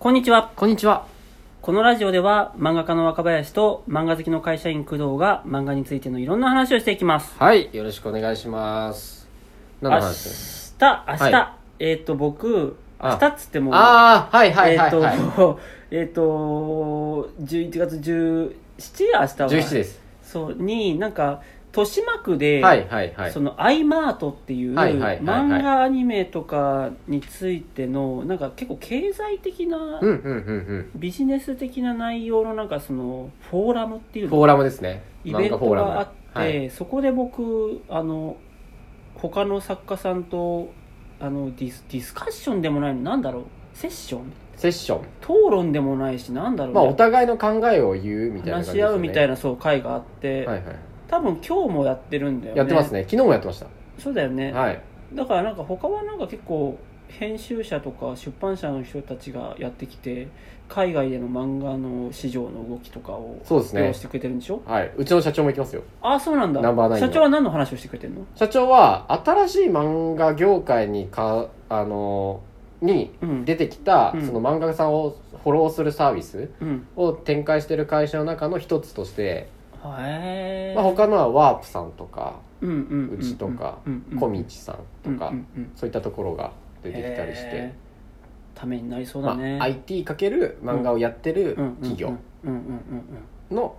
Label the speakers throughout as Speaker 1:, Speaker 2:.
Speaker 1: こんにちは。
Speaker 2: こんにちは。
Speaker 1: このラジオでは漫画家の若林と漫画好きの会社員工藤が漫画についてのいろんな話をしていきます。
Speaker 2: はい、よろしくお願いします。
Speaker 1: 明
Speaker 2: 何の話です
Speaker 1: 日、明日、
Speaker 2: は
Speaker 1: えっ、と、僕、明
Speaker 2: あ
Speaker 1: 日っつっても、
Speaker 2: ああ、はいはい
Speaker 1: えっ、
Speaker 2: はい、
Speaker 1: と、
Speaker 2: はい。
Speaker 1: えっ、と、11月17明日は。
Speaker 2: 17です。
Speaker 1: そう、に、なんか、豊島区で、
Speaker 2: はいはいはい
Speaker 1: そ。のアイマートっていう、
Speaker 2: はいはいはいはい
Speaker 1: 漫画アニメとかについてのなんか結構経済的な
Speaker 2: うんうんうん
Speaker 1: ビジネス的な内容のなんかそのフォーラムってい
Speaker 2: うん。
Speaker 1: う
Speaker 2: フォーラムですね。
Speaker 1: イベントがあって、
Speaker 2: はい。
Speaker 1: そこで僕あの他の作家さんとあのディスディスカッションでもないのなんだろうセッション
Speaker 2: セッション。
Speaker 1: 討論でもないしなんだろう、
Speaker 2: まあ、お互いの考えを言うみたいな感
Speaker 1: 話
Speaker 2: じ
Speaker 1: し合うみたい
Speaker 2: な。
Speaker 1: なそう会があって、
Speaker 2: はいはい。
Speaker 1: 多分今日もやってるんだよね
Speaker 2: やってますね。昨日もやってまし
Speaker 1: そうだよね、
Speaker 2: た。はい。
Speaker 1: だからなんか他はなんか結構編集者とか出版社の人たちがやってきて海外での漫画の市場の動きとかを
Speaker 2: そうですね
Speaker 1: してくれてるんでしょ
Speaker 2: はい。うちの社長も行きますよ。
Speaker 1: ああそうなんだ
Speaker 2: ナンバーナイン
Speaker 1: 社
Speaker 2: の
Speaker 1: 長は何の話をしてくれてるの
Speaker 2: 社長は、新しい漫画業界にか、あのー、に
Speaker 1: うん
Speaker 2: 出てきた、
Speaker 1: うん
Speaker 2: その漫画家さんをフォローするサービス
Speaker 1: うん
Speaker 2: を展開してる会社の中の一つとして、
Speaker 1: へえ
Speaker 2: まあ、他のはワープさんとか
Speaker 1: うんうんうんうん
Speaker 2: うちとか
Speaker 1: うんうん
Speaker 2: 小道さんとか、
Speaker 1: うんうんうん
Speaker 2: そういったところが出てきたりして、
Speaker 1: へーためになりそう
Speaker 2: ま
Speaker 1: だ
Speaker 2: あ
Speaker 1: ね、、
Speaker 2: IT かける漫画をやってる
Speaker 1: うん
Speaker 2: 企業
Speaker 1: うんうんうんうん
Speaker 2: の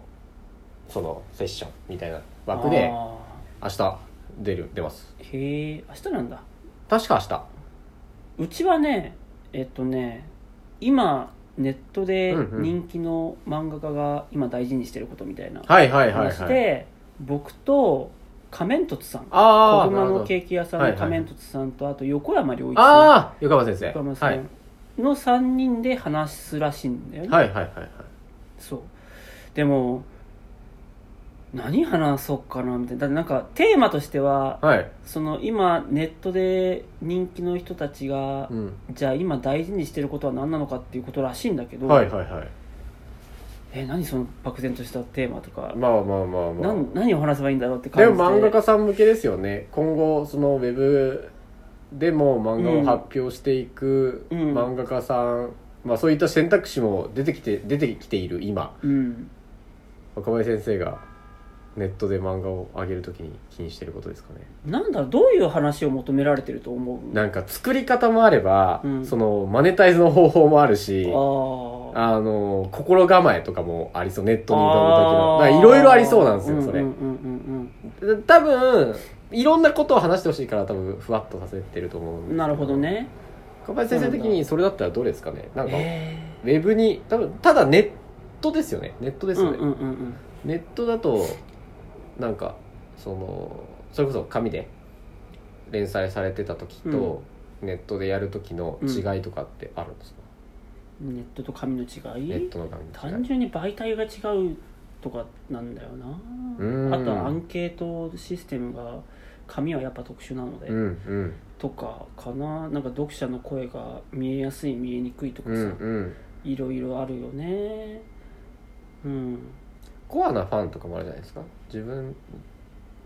Speaker 2: そのセッションみたいな
Speaker 1: うん
Speaker 2: 枠で
Speaker 1: あ
Speaker 2: 明日出る出ます
Speaker 1: ーへえ明日なんだ
Speaker 2: 確か明
Speaker 1: うちはねえっとね今ネットで
Speaker 2: うんうん
Speaker 1: 人気の漫画家が今大事にしてることみたいな
Speaker 2: 日はいはいはい
Speaker 1: 話
Speaker 2: はい
Speaker 1: で僕と仮面凸さん
Speaker 2: ああ
Speaker 1: 小熊のケ
Speaker 2: ー
Speaker 1: ーキ屋さん
Speaker 2: はい
Speaker 1: の
Speaker 2: はい
Speaker 1: 仮面凸さんとあと横山良一さん
Speaker 2: ああ横山先生
Speaker 1: 横山さ
Speaker 2: はい
Speaker 1: んの3人で話すらしいんだよね、
Speaker 2: はいはいはいはい
Speaker 1: そうでも何話そうかなみたいなだってなんかテーマとしては
Speaker 2: はい、
Speaker 1: その今ネットで人気の人たちが、
Speaker 2: うん、
Speaker 1: じゃあ今大事にしてることは何なのかっていうことらしいんだけど、
Speaker 2: はいはいはい
Speaker 1: え何その漠然としたテーマとか、
Speaker 2: まあまあまあま
Speaker 1: な
Speaker 2: あ
Speaker 1: ん何を話せばいいんだろうって
Speaker 2: で
Speaker 1: 感じ
Speaker 2: も
Speaker 1: で
Speaker 2: 漫画家さん向けですよね今後そのウェブでも漫画を発表していく
Speaker 1: うん
Speaker 2: 漫画家さん、まあ、そういった選択肢も出てきて出てきている今
Speaker 1: うん
Speaker 2: 若林先生がネットで漫画を上げるときに気にしてることですかね
Speaker 1: なんだろうどういう話を求められてると思う
Speaker 2: なんか作り方もあれば、
Speaker 1: うん
Speaker 2: そのマネタイズの方法もあるし
Speaker 1: ああ
Speaker 2: あの心構えとかもありそうネットに挑む時のいろいろありそうなんですよそれ、
Speaker 1: うんうんうん
Speaker 2: 多分いろんなことを話してほしいから多分ふわっとさせてると思うんです
Speaker 1: う
Speaker 2: け
Speaker 1: んなるほどね
Speaker 2: 小林先生的にそれだったらどれですかねなんかウ
Speaker 1: え
Speaker 2: ェブに多分ただネットですよねネットで
Speaker 1: え
Speaker 2: す
Speaker 1: うん
Speaker 2: よ
Speaker 1: うん
Speaker 2: ね、
Speaker 1: うんうん
Speaker 2: ネットだとなんかそのそれこそ紙で連載されてた時と、ネットでやる時の違いとかってあるんですか、
Speaker 1: ネットと紙の違い
Speaker 2: ネットの紙の
Speaker 1: 単
Speaker 2: 違い
Speaker 1: 純に媒体が違うとかなんだよな
Speaker 2: うん
Speaker 1: あとはアンケートシステムが紙はやっぱ特殊なので、
Speaker 2: うんうん
Speaker 1: とかかななんか読者の声が見えやすい見えにくいとか
Speaker 2: う
Speaker 1: さ、
Speaker 2: んうん
Speaker 1: いろいろあるよねうん
Speaker 2: コアなファンとかもあるじゃないですか自分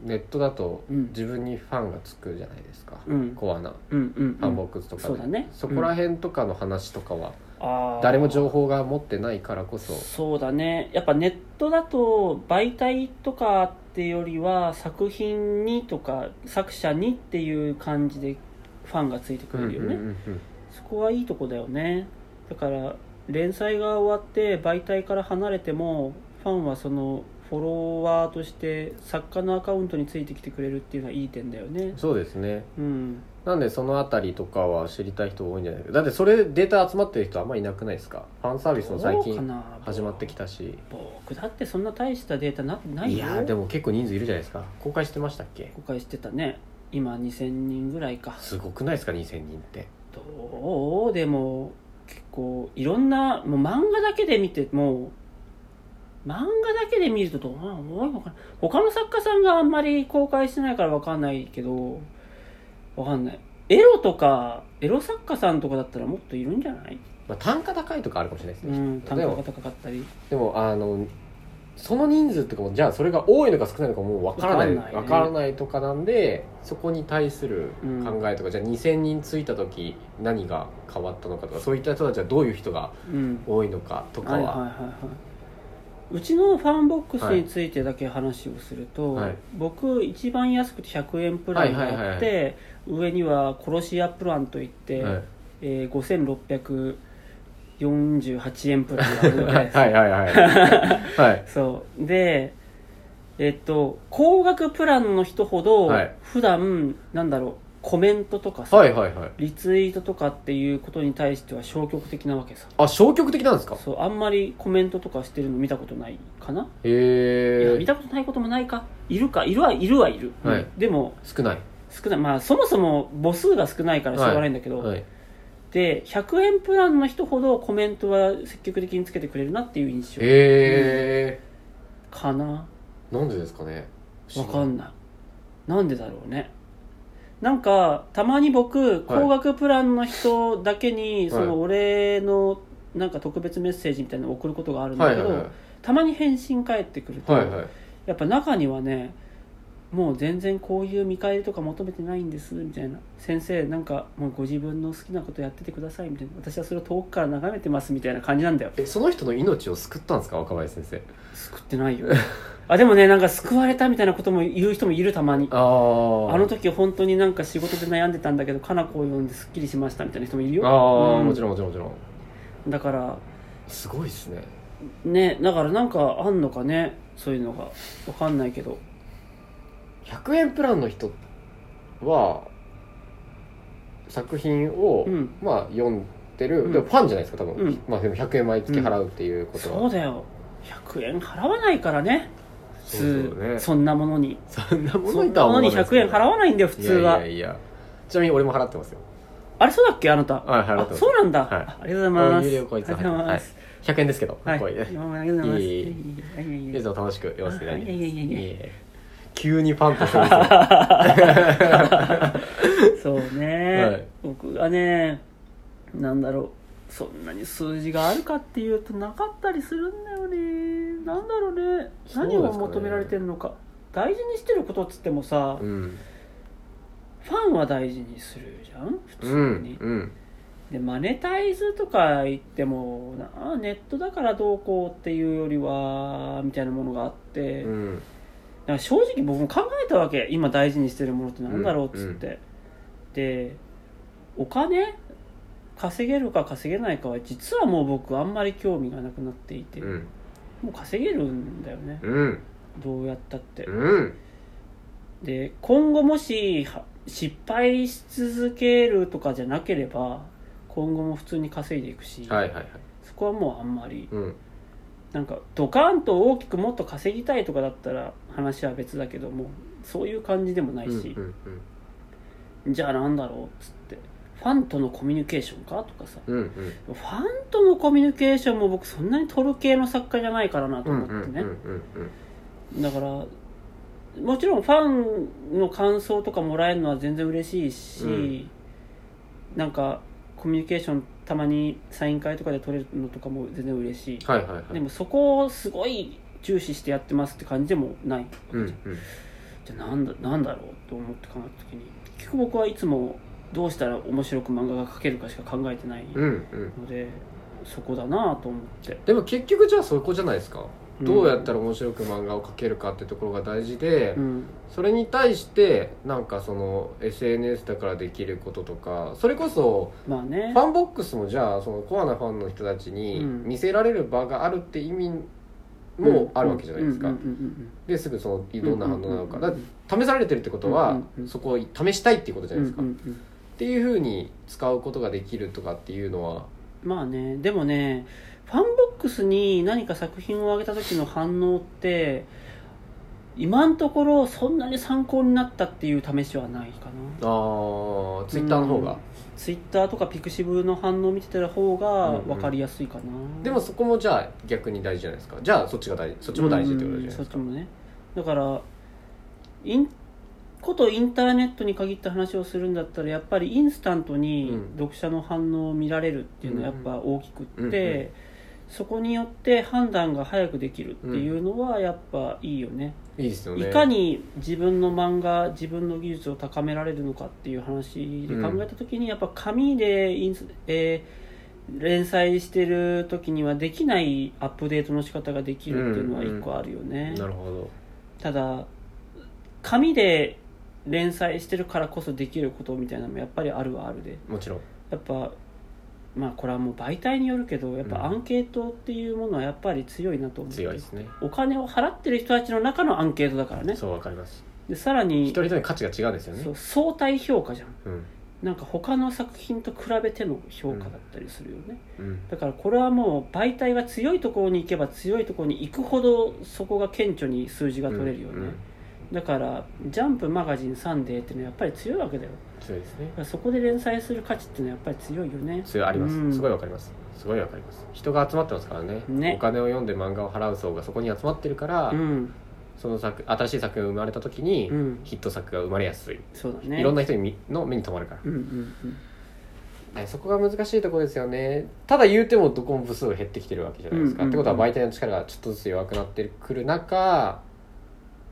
Speaker 2: ネットだと
Speaker 1: うん
Speaker 2: 自分にファンがつくじゃないですか、
Speaker 1: うん
Speaker 2: コアな
Speaker 1: うんうん
Speaker 2: ファンボックスとかで、
Speaker 1: そうだね
Speaker 2: そこら辺とかの話とかは
Speaker 1: あー
Speaker 2: 誰も情報が持ってないからこそ
Speaker 1: そうだねやっぱネットだと媒体とかってよりは作品にとか作者にっていう感じでファンがついてくれるよね、
Speaker 2: うんうんうん
Speaker 1: そこはいいとこだよねだから連載が終わって媒体から離れてもファンはそのフォロワーとして作家のアカウントについてきてくれるっていうのはいい点だよね
Speaker 2: うんそうですね
Speaker 1: うん
Speaker 2: なんでそのあたりとかは知りたい人多いんじゃないかだってそれデータ集まってる人あんまいなくないですかファンサービスも最
Speaker 1: どうか
Speaker 2: 近
Speaker 1: な
Speaker 2: 始まってきたし
Speaker 1: 僕だってそんな大したデータなない
Speaker 2: い
Speaker 1: よ
Speaker 2: やーでも結構人数いるじゃないですか公開してましたっけ
Speaker 1: 公開してたね今2000人ぐらいか
Speaker 2: すごくないですか2000人って
Speaker 1: どうでも結構いろんなもう漫画だけで見ても漫画だけで見るとどうなの多いのかな他の作家さんがあんまり公開してないからわかんないけどわかんないエロとかエロ作家さんとかだったらもっといるんじゃない、
Speaker 2: まあ単価高いとかあるかもしれないです
Speaker 1: う
Speaker 2: ね、
Speaker 1: ん、単
Speaker 2: で
Speaker 1: 価
Speaker 2: も
Speaker 1: が高かったり
Speaker 2: でもあのその人数とかもじゃあそれが多いのか少ないのかもう分からない
Speaker 1: 分かんないね
Speaker 2: 分からないとかなんでそこに対する考えとか、じゃあ2,000人ついた時何が変わったのかとかそういった人たちはどういう人が
Speaker 1: うん
Speaker 2: 多いのかとか
Speaker 1: はいはいはい
Speaker 2: は、
Speaker 1: はい、うちのファンボックスについてだけ話をすると、
Speaker 2: はい
Speaker 1: 僕一番安くて100円プランがあって、
Speaker 2: はいはいはい
Speaker 1: 上には殺し屋プランといって、
Speaker 2: はい
Speaker 1: えー、5648円プランがあるわけ
Speaker 2: は
Speaker 1: で
Speaker 2: い
Speaker 1: す、
Speaker 2: はいはいはいはい
Speaker 1: そうでえっと高額プランの人ほど、
Speaker 2: はい
Speaker 1: 普段なんだろうコメントとかさ、
Speaker 2: はいはいはい
Speaker 1: リツイートとかっていうことに対しては消極的なわけさ
Speaker 2: あ消極的なんですか
Speaker 1: そうあんまりコメントとかしてるの見たことないかな、いや
Speaker 2: へ
Speaker 1: 見
Speaker 2: え
Speaker 1: たことないこともないかいるかいるはいるはいる、
Speaker 2: はい
Speaker 1: うんでも
Speaker 2: 少ない
Speaker 1: 少ないまあそもそも母数が少ないからしょうがないんだけど、
Speaker 2: はい
Speaker 1: で100円プランの人ほどコメントは積極的につけてくれるなっていう印象
Speaker 2: へえ
Speaker 1: かな
Speaker 2: なんでですかね
Speaker 1: わか
Speaker 2: い
Speaker 1: んないなんでだろうねなんかたまに僕高額プランの人だけに、
Speaker 2: い
Speaker 1: その俺のなんか特別メッセージみたいなのを送ることがあるんだ
Speaker 2: はい
Speaker 1: け
Speaker 2: は
Speaker 1: ど、
Speaker 2: いはい
Speaker 1: たまに返信返ってくると、
Speaker 2: はいはい
Speaker 1: やっぱ中にはねもう全然こういう見返りとか求めてないんですみたいな先生なんかもうご自分の好きなことやっててくださいみたいな私はそれを遠くから眺めてますみたいな感じなんだよ
Speaker 2: えその人の命を救ったんですか若林先生
Speaker 1: 救ってないよあでもねなんか救われたみたいなことも言う人もいるたまに
Speaker 2: ああ
Speaker 1: あの時本当になんか仕事で悩んでたんだけどかな子を呼んですっきりしましたみたいな人もいるよ
Speaker 2: ああ、
Speaker 1: うん
Speaker 2: もちろんもちろんもちろん
Speaker 1: だから
Speaker 2: すごいですね
Speaker 1: ねだからなんかあんのかねそういうのがわかんないけど
Speaker 2: 100円プランの人は作品を、
Speaker 1: うん
Speaker 2: まあ読んでる、
Speaker 1: うん
Speaker 2: でもファンじゃないですか多分、
Speaker 1: うん
Speaker 2: まあ、でも100円毎月払うっていうことは、
Speaker 1: そうだよ100円払わないからね普通
Speaker 2: そう
Speaker 1: そ
Speaker 2: だよね
Speaker 1: んなものに
Speaker 2: そんなも
Speaker 1: そ
Speaker 2: の
Speaker 1: ん
Speaker 2: にとは
Speaker 1: なもの
Speaker 2: 思わな
Speaker 1: に
Speaker 2: いで
Speaker 1: 100
Speaker 2: すけど
Speaker 1: 円払わないんだよ普通はい
Speaker 2: やいやいやちなみに俺も払ってますよ
Speaker 1: あれそうだっけあなた
Speaker 2: はい払ってま
Speaker 1: あ
Speaker 2: す
Speaker 1: そうなんだ、
Speaker 2: はい
Speaker 1: あありがとうございます
Speaker 2: お有料こい
Speaker 1: あ
Speaker 2: つ
Speaker 1: りがとうございます、
Speaker 2: 100円ですけど、
Speaker 1: はい
Speaker 2: こういう
Speaker 1: 今までありがとうございます
Speaker 2: いえい
Speaker 1: い
Speaker 2: え
Speaker 1: えいえいえいえ
Speaker 2: いつも楽しく読ませていただいて
Speaker 1: あいやいやいやいや
Speaker 2: え急にパンとするんですよ
Speaker 1: そうね、
Speaker 2: はい
Speaker 1: 僕がねなんだろうそんなに数字があるかっていうとなかったりするんだよねなんだろうね
Speaker 2: そうですかね
Speaker 1: 何を求められてるのか大事にしてることっつってもさ、
Speaker 2: うん
Speaker 1: ファンは大事にするじゃん普
Speaker 2: う
Speaker 1: 通に
Speaker 2: ん、うん
Speaker 1: でマネタイズとか言ってもなネットだからどうこうっていうよりはみたいなものがあって、
Speaker 2: う
Speaker 1: だ
Speaker 2: ん
Speaker 1: から正直僕も考えたわけ今大事にしてるものってなんだろうっつって、でお金稼げるか稼げないかは実はもう僕あんまり興味がなくなっていて、
Speaker 2: うん
Speaker 1: もう稼げるんだよね、
Speaker 2: うん
Speaker 1: どうやったって、
Speaker 2: うん
Speaker 1: で今後もしは失敗し続けるとかじゃなければ今後も普通に稼いでいくし、
Speaker 2: はいはいはい
Speaker 1: そこはもうあんまり
Speaker 2: うん
Speaker 1: なんかドカーンと大きくもっと稼ぎたいとかだったら話は別だけどもそういう感じでもないし
Speaker 2: う、んうん
Speaker 1: じゃあなんだろうっつってファンとのコミュニケーションかとかさ
Speaker 2: うんうん
Speaker 1: ファンとのコミュニケーションも僕そんなに取る系の作家じゃないからなと
Speaker 2: うん
Speaker 1: 思ってね、
Speaker 2: うんうんうん
Speaker 1: だからもちろんファンの感想とかもらえるのは全然嬉しいし、
Speaker 2: うん
Speaker 1: なんかコミュニケーションたまにサイン会とかで取れるのとかも全然嬉しい、
Speaker 2: はいはいはい
Speaker 1: でもそこをすごい重視してやってますって感じでもない、
Speaker 2: うんうん
Speaker 1: じゃあなんだなんだろうと思って考えた時に結局僕はいつもどうしたら面白く漫画が描けるかしか考えてない
Speaker 2: うんうん
Speaker 1: ので、そこだなと思って
Speaker 2: でも結局じゃあそこじゃないですか
Speaker 1: うん
Speaker 2: どうやったら面白く漫画を描けるかってところが大事で
Speaker 1: うん
Speaker 2: それに対してなんかその SNS だからできることとかそれこそ
Speaker 1: まあね
Speaker 2: ファンボックスもじゃあそのコアなファンの人たちに
Speaker 1: うん
Speaker 2: 見せられる場があるって意味もあるわけじゃないです
Speaker 1: うん
Speaker 2: か
Speaker 1: うんうん
Speaker 2: ですぐそのどんな反応なの
Speaker 1: う
Speaker 2: か
Speaker 1: んうんうんう
Speaker 2: だ
Speaker 1: ん
Speaker 2: から試されてるってこと
Speaker 1: う
Speaker 2: は
Speaker 1: んうんうん
Speaker 2: そこを試したいっていうことじゃ
Speaker 1: うん
Speaker 2: ないですか
Speaker 1: うんうんうん
Speaker 2: っていうふうに使うことができるとかっていうのは
Speaker 1: まあねでもねファンボックスに何か作品をあげた時の反応って今のところそんなに参考になったっていう試しはないかな
Speaker 2: あツイッターの方が、
Speaker 1: ツイッターとかピクシブの反応を見てた方が分かりやすいかな、
Speaker 2: でもそこもじゃあ逆に大事じゃないですかじゃあそっちが大事そっちも大事ってことじゃない
Speaker 1: うんそ
Speaker 2: で
Speaker 1: っ
Speaker 2: す
Speaker 1: ち
Speaker 2: か、
Speaker 1: もねだからインことインターネットに限った話をするんだったらやっぱりインスタントに
Speaker 2: うん
Speaker 1: 読者の反応を見られるっていうのはやっぱ大きくって、
Speaker 2: うんうん
Speaker 1: そこによって判断が早くできるっていうのはやっぱいいよね、
Speaker 2: いいですよね
Speaker 1: いかに自分の漫画自分の技術を高められるのかっていう話で考えた時に、やっぱ紙でインス、えー連載してる時にはできないアップデートの仕方ができるっていうのは一個あるよね、
Speaker 2: なるほど
Speaker 1: ただ紙で連載してるからこそできることみたいなのもやっぱりあるはあるで
Speaker 2: もちろん
Speaker 1: やっぱまあこれはもう媒体によるけどやっ
Speaker 2: うん
Speaker 1: ぱアンケートっていうものはやっぱり強いなと思う、
Speaker 2: 強いですね
Speaker 1: お金を払ってる人たちの中のアンケートだからね
Speaker 2: そうわかります
Speaker 1: でさら
Speaker 2: 一
Speaker 1: に
Speaker 2: 人一人価値が違うんですよね
Speaker 1: そう相対評価じゃん
Speaker 2: うん
Speaker 1: なんか他の作品と比べての評価だったりするよね、
Speaker 2: うん
Speaker 1: だからこれはもう媒体が強いところに行けば強いところに行くほどそこが顕著に数字が取れるよね、
Speaker 2: うんうん
Speaker 1: だから「ジャンプマガジンサンデー」っていうのはやっぱり強いわけだよ
Speaker 2: 強いですね
Speaker 1: だからそこで連載する価値っていうのはやっぱり強いよね
Speaker 2: 強いありま
Speaker 1: うん
Speaker 2: すすごいわかりますすごいわかります人が集まってますからね
Speaker 1: ね
Speaker 2: お金を読んで漫画を払う層がそこに集まってるから、
Speaker 1: うん
Speaker 2: その作新しい作品が生まれた時に、
Speaker 1: うん
Speaker 2: ヒット作が生まれやすい、
Speaker 1: そうだね
Speaker 2: いろんな人にみの目に留まるから、
Speaker 1: うんうんうん
Speaker 2: ねそこが難しいところですよねただ言うてもどこも部数が減ってきてるわけじゃないですか、
Speaker 1: うんうんうん
Speaker 2: ってことは媒体の力がちょっとずつ弱くなってくる中、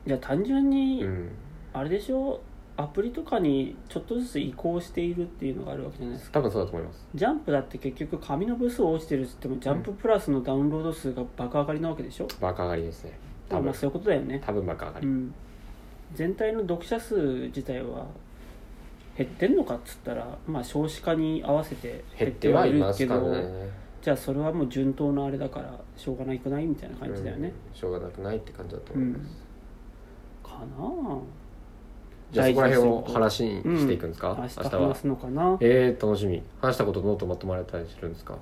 Speaker 1: いや単純に、
Speaker 2: うん、
Speaker 1: あれでしょアプリとかにちょっとずつ移行しているっていうのがあるわけじゃないですか
Speaker 2: 多分そうだと思います
Speaker 1: ジャンプだって結局紙の部数落ちてるっつってもジャンププラスのダウンロード数が爆上がりなわけでしょ
Speaker 2: 爆上がりですね多
Speaker 1: ま
Speaker 2: 分
Speaker 1: あそういうことだよね、
Speaker 2: 多分爆上が
Speaker 1: う
Speaker 2: り、
Speaker 1: ん、全体の読者数自体は減ってんのかっつったら、まあ、少子化に合わせて
Speaker 2: 減ってはいますからね
Speaker 1: じゃあそれはもう順当なあれだからしょうがないくないみたいな感じだよね、
Speaker 2: うんしょうがなくないって感じだと思います、
Speaker 1: かな
Speaker 2: じゃあそこら辺を
Speaker 1: 大事
Speaker 2: 話にしていくんですか、
Speaker 1: あ明
Speaker 2: 明
Speaker 1: 日
Speaker 2: 日
Speaker 1: 話
Speaker 2: は
Speaker 1: すのかな
Speaker 2: えー、楽しみ話したことノートまとまれたりするんですか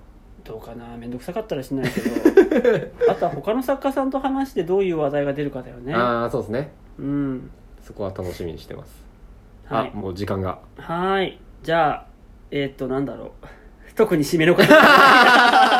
Speaker 1: どうかな面倒くさかったらしないけど あとは他の作家さんと話してどういう話題が出るかだよね
Speaker 2: ああそうですね
Speaker 1: うん
Speaker 2: そこは楽しみにしてます、
Speaker 1: は
Speaker 2: あもう時間が
Speaker 1: いはーいじゃあえーっとなんだろう特に締めのかな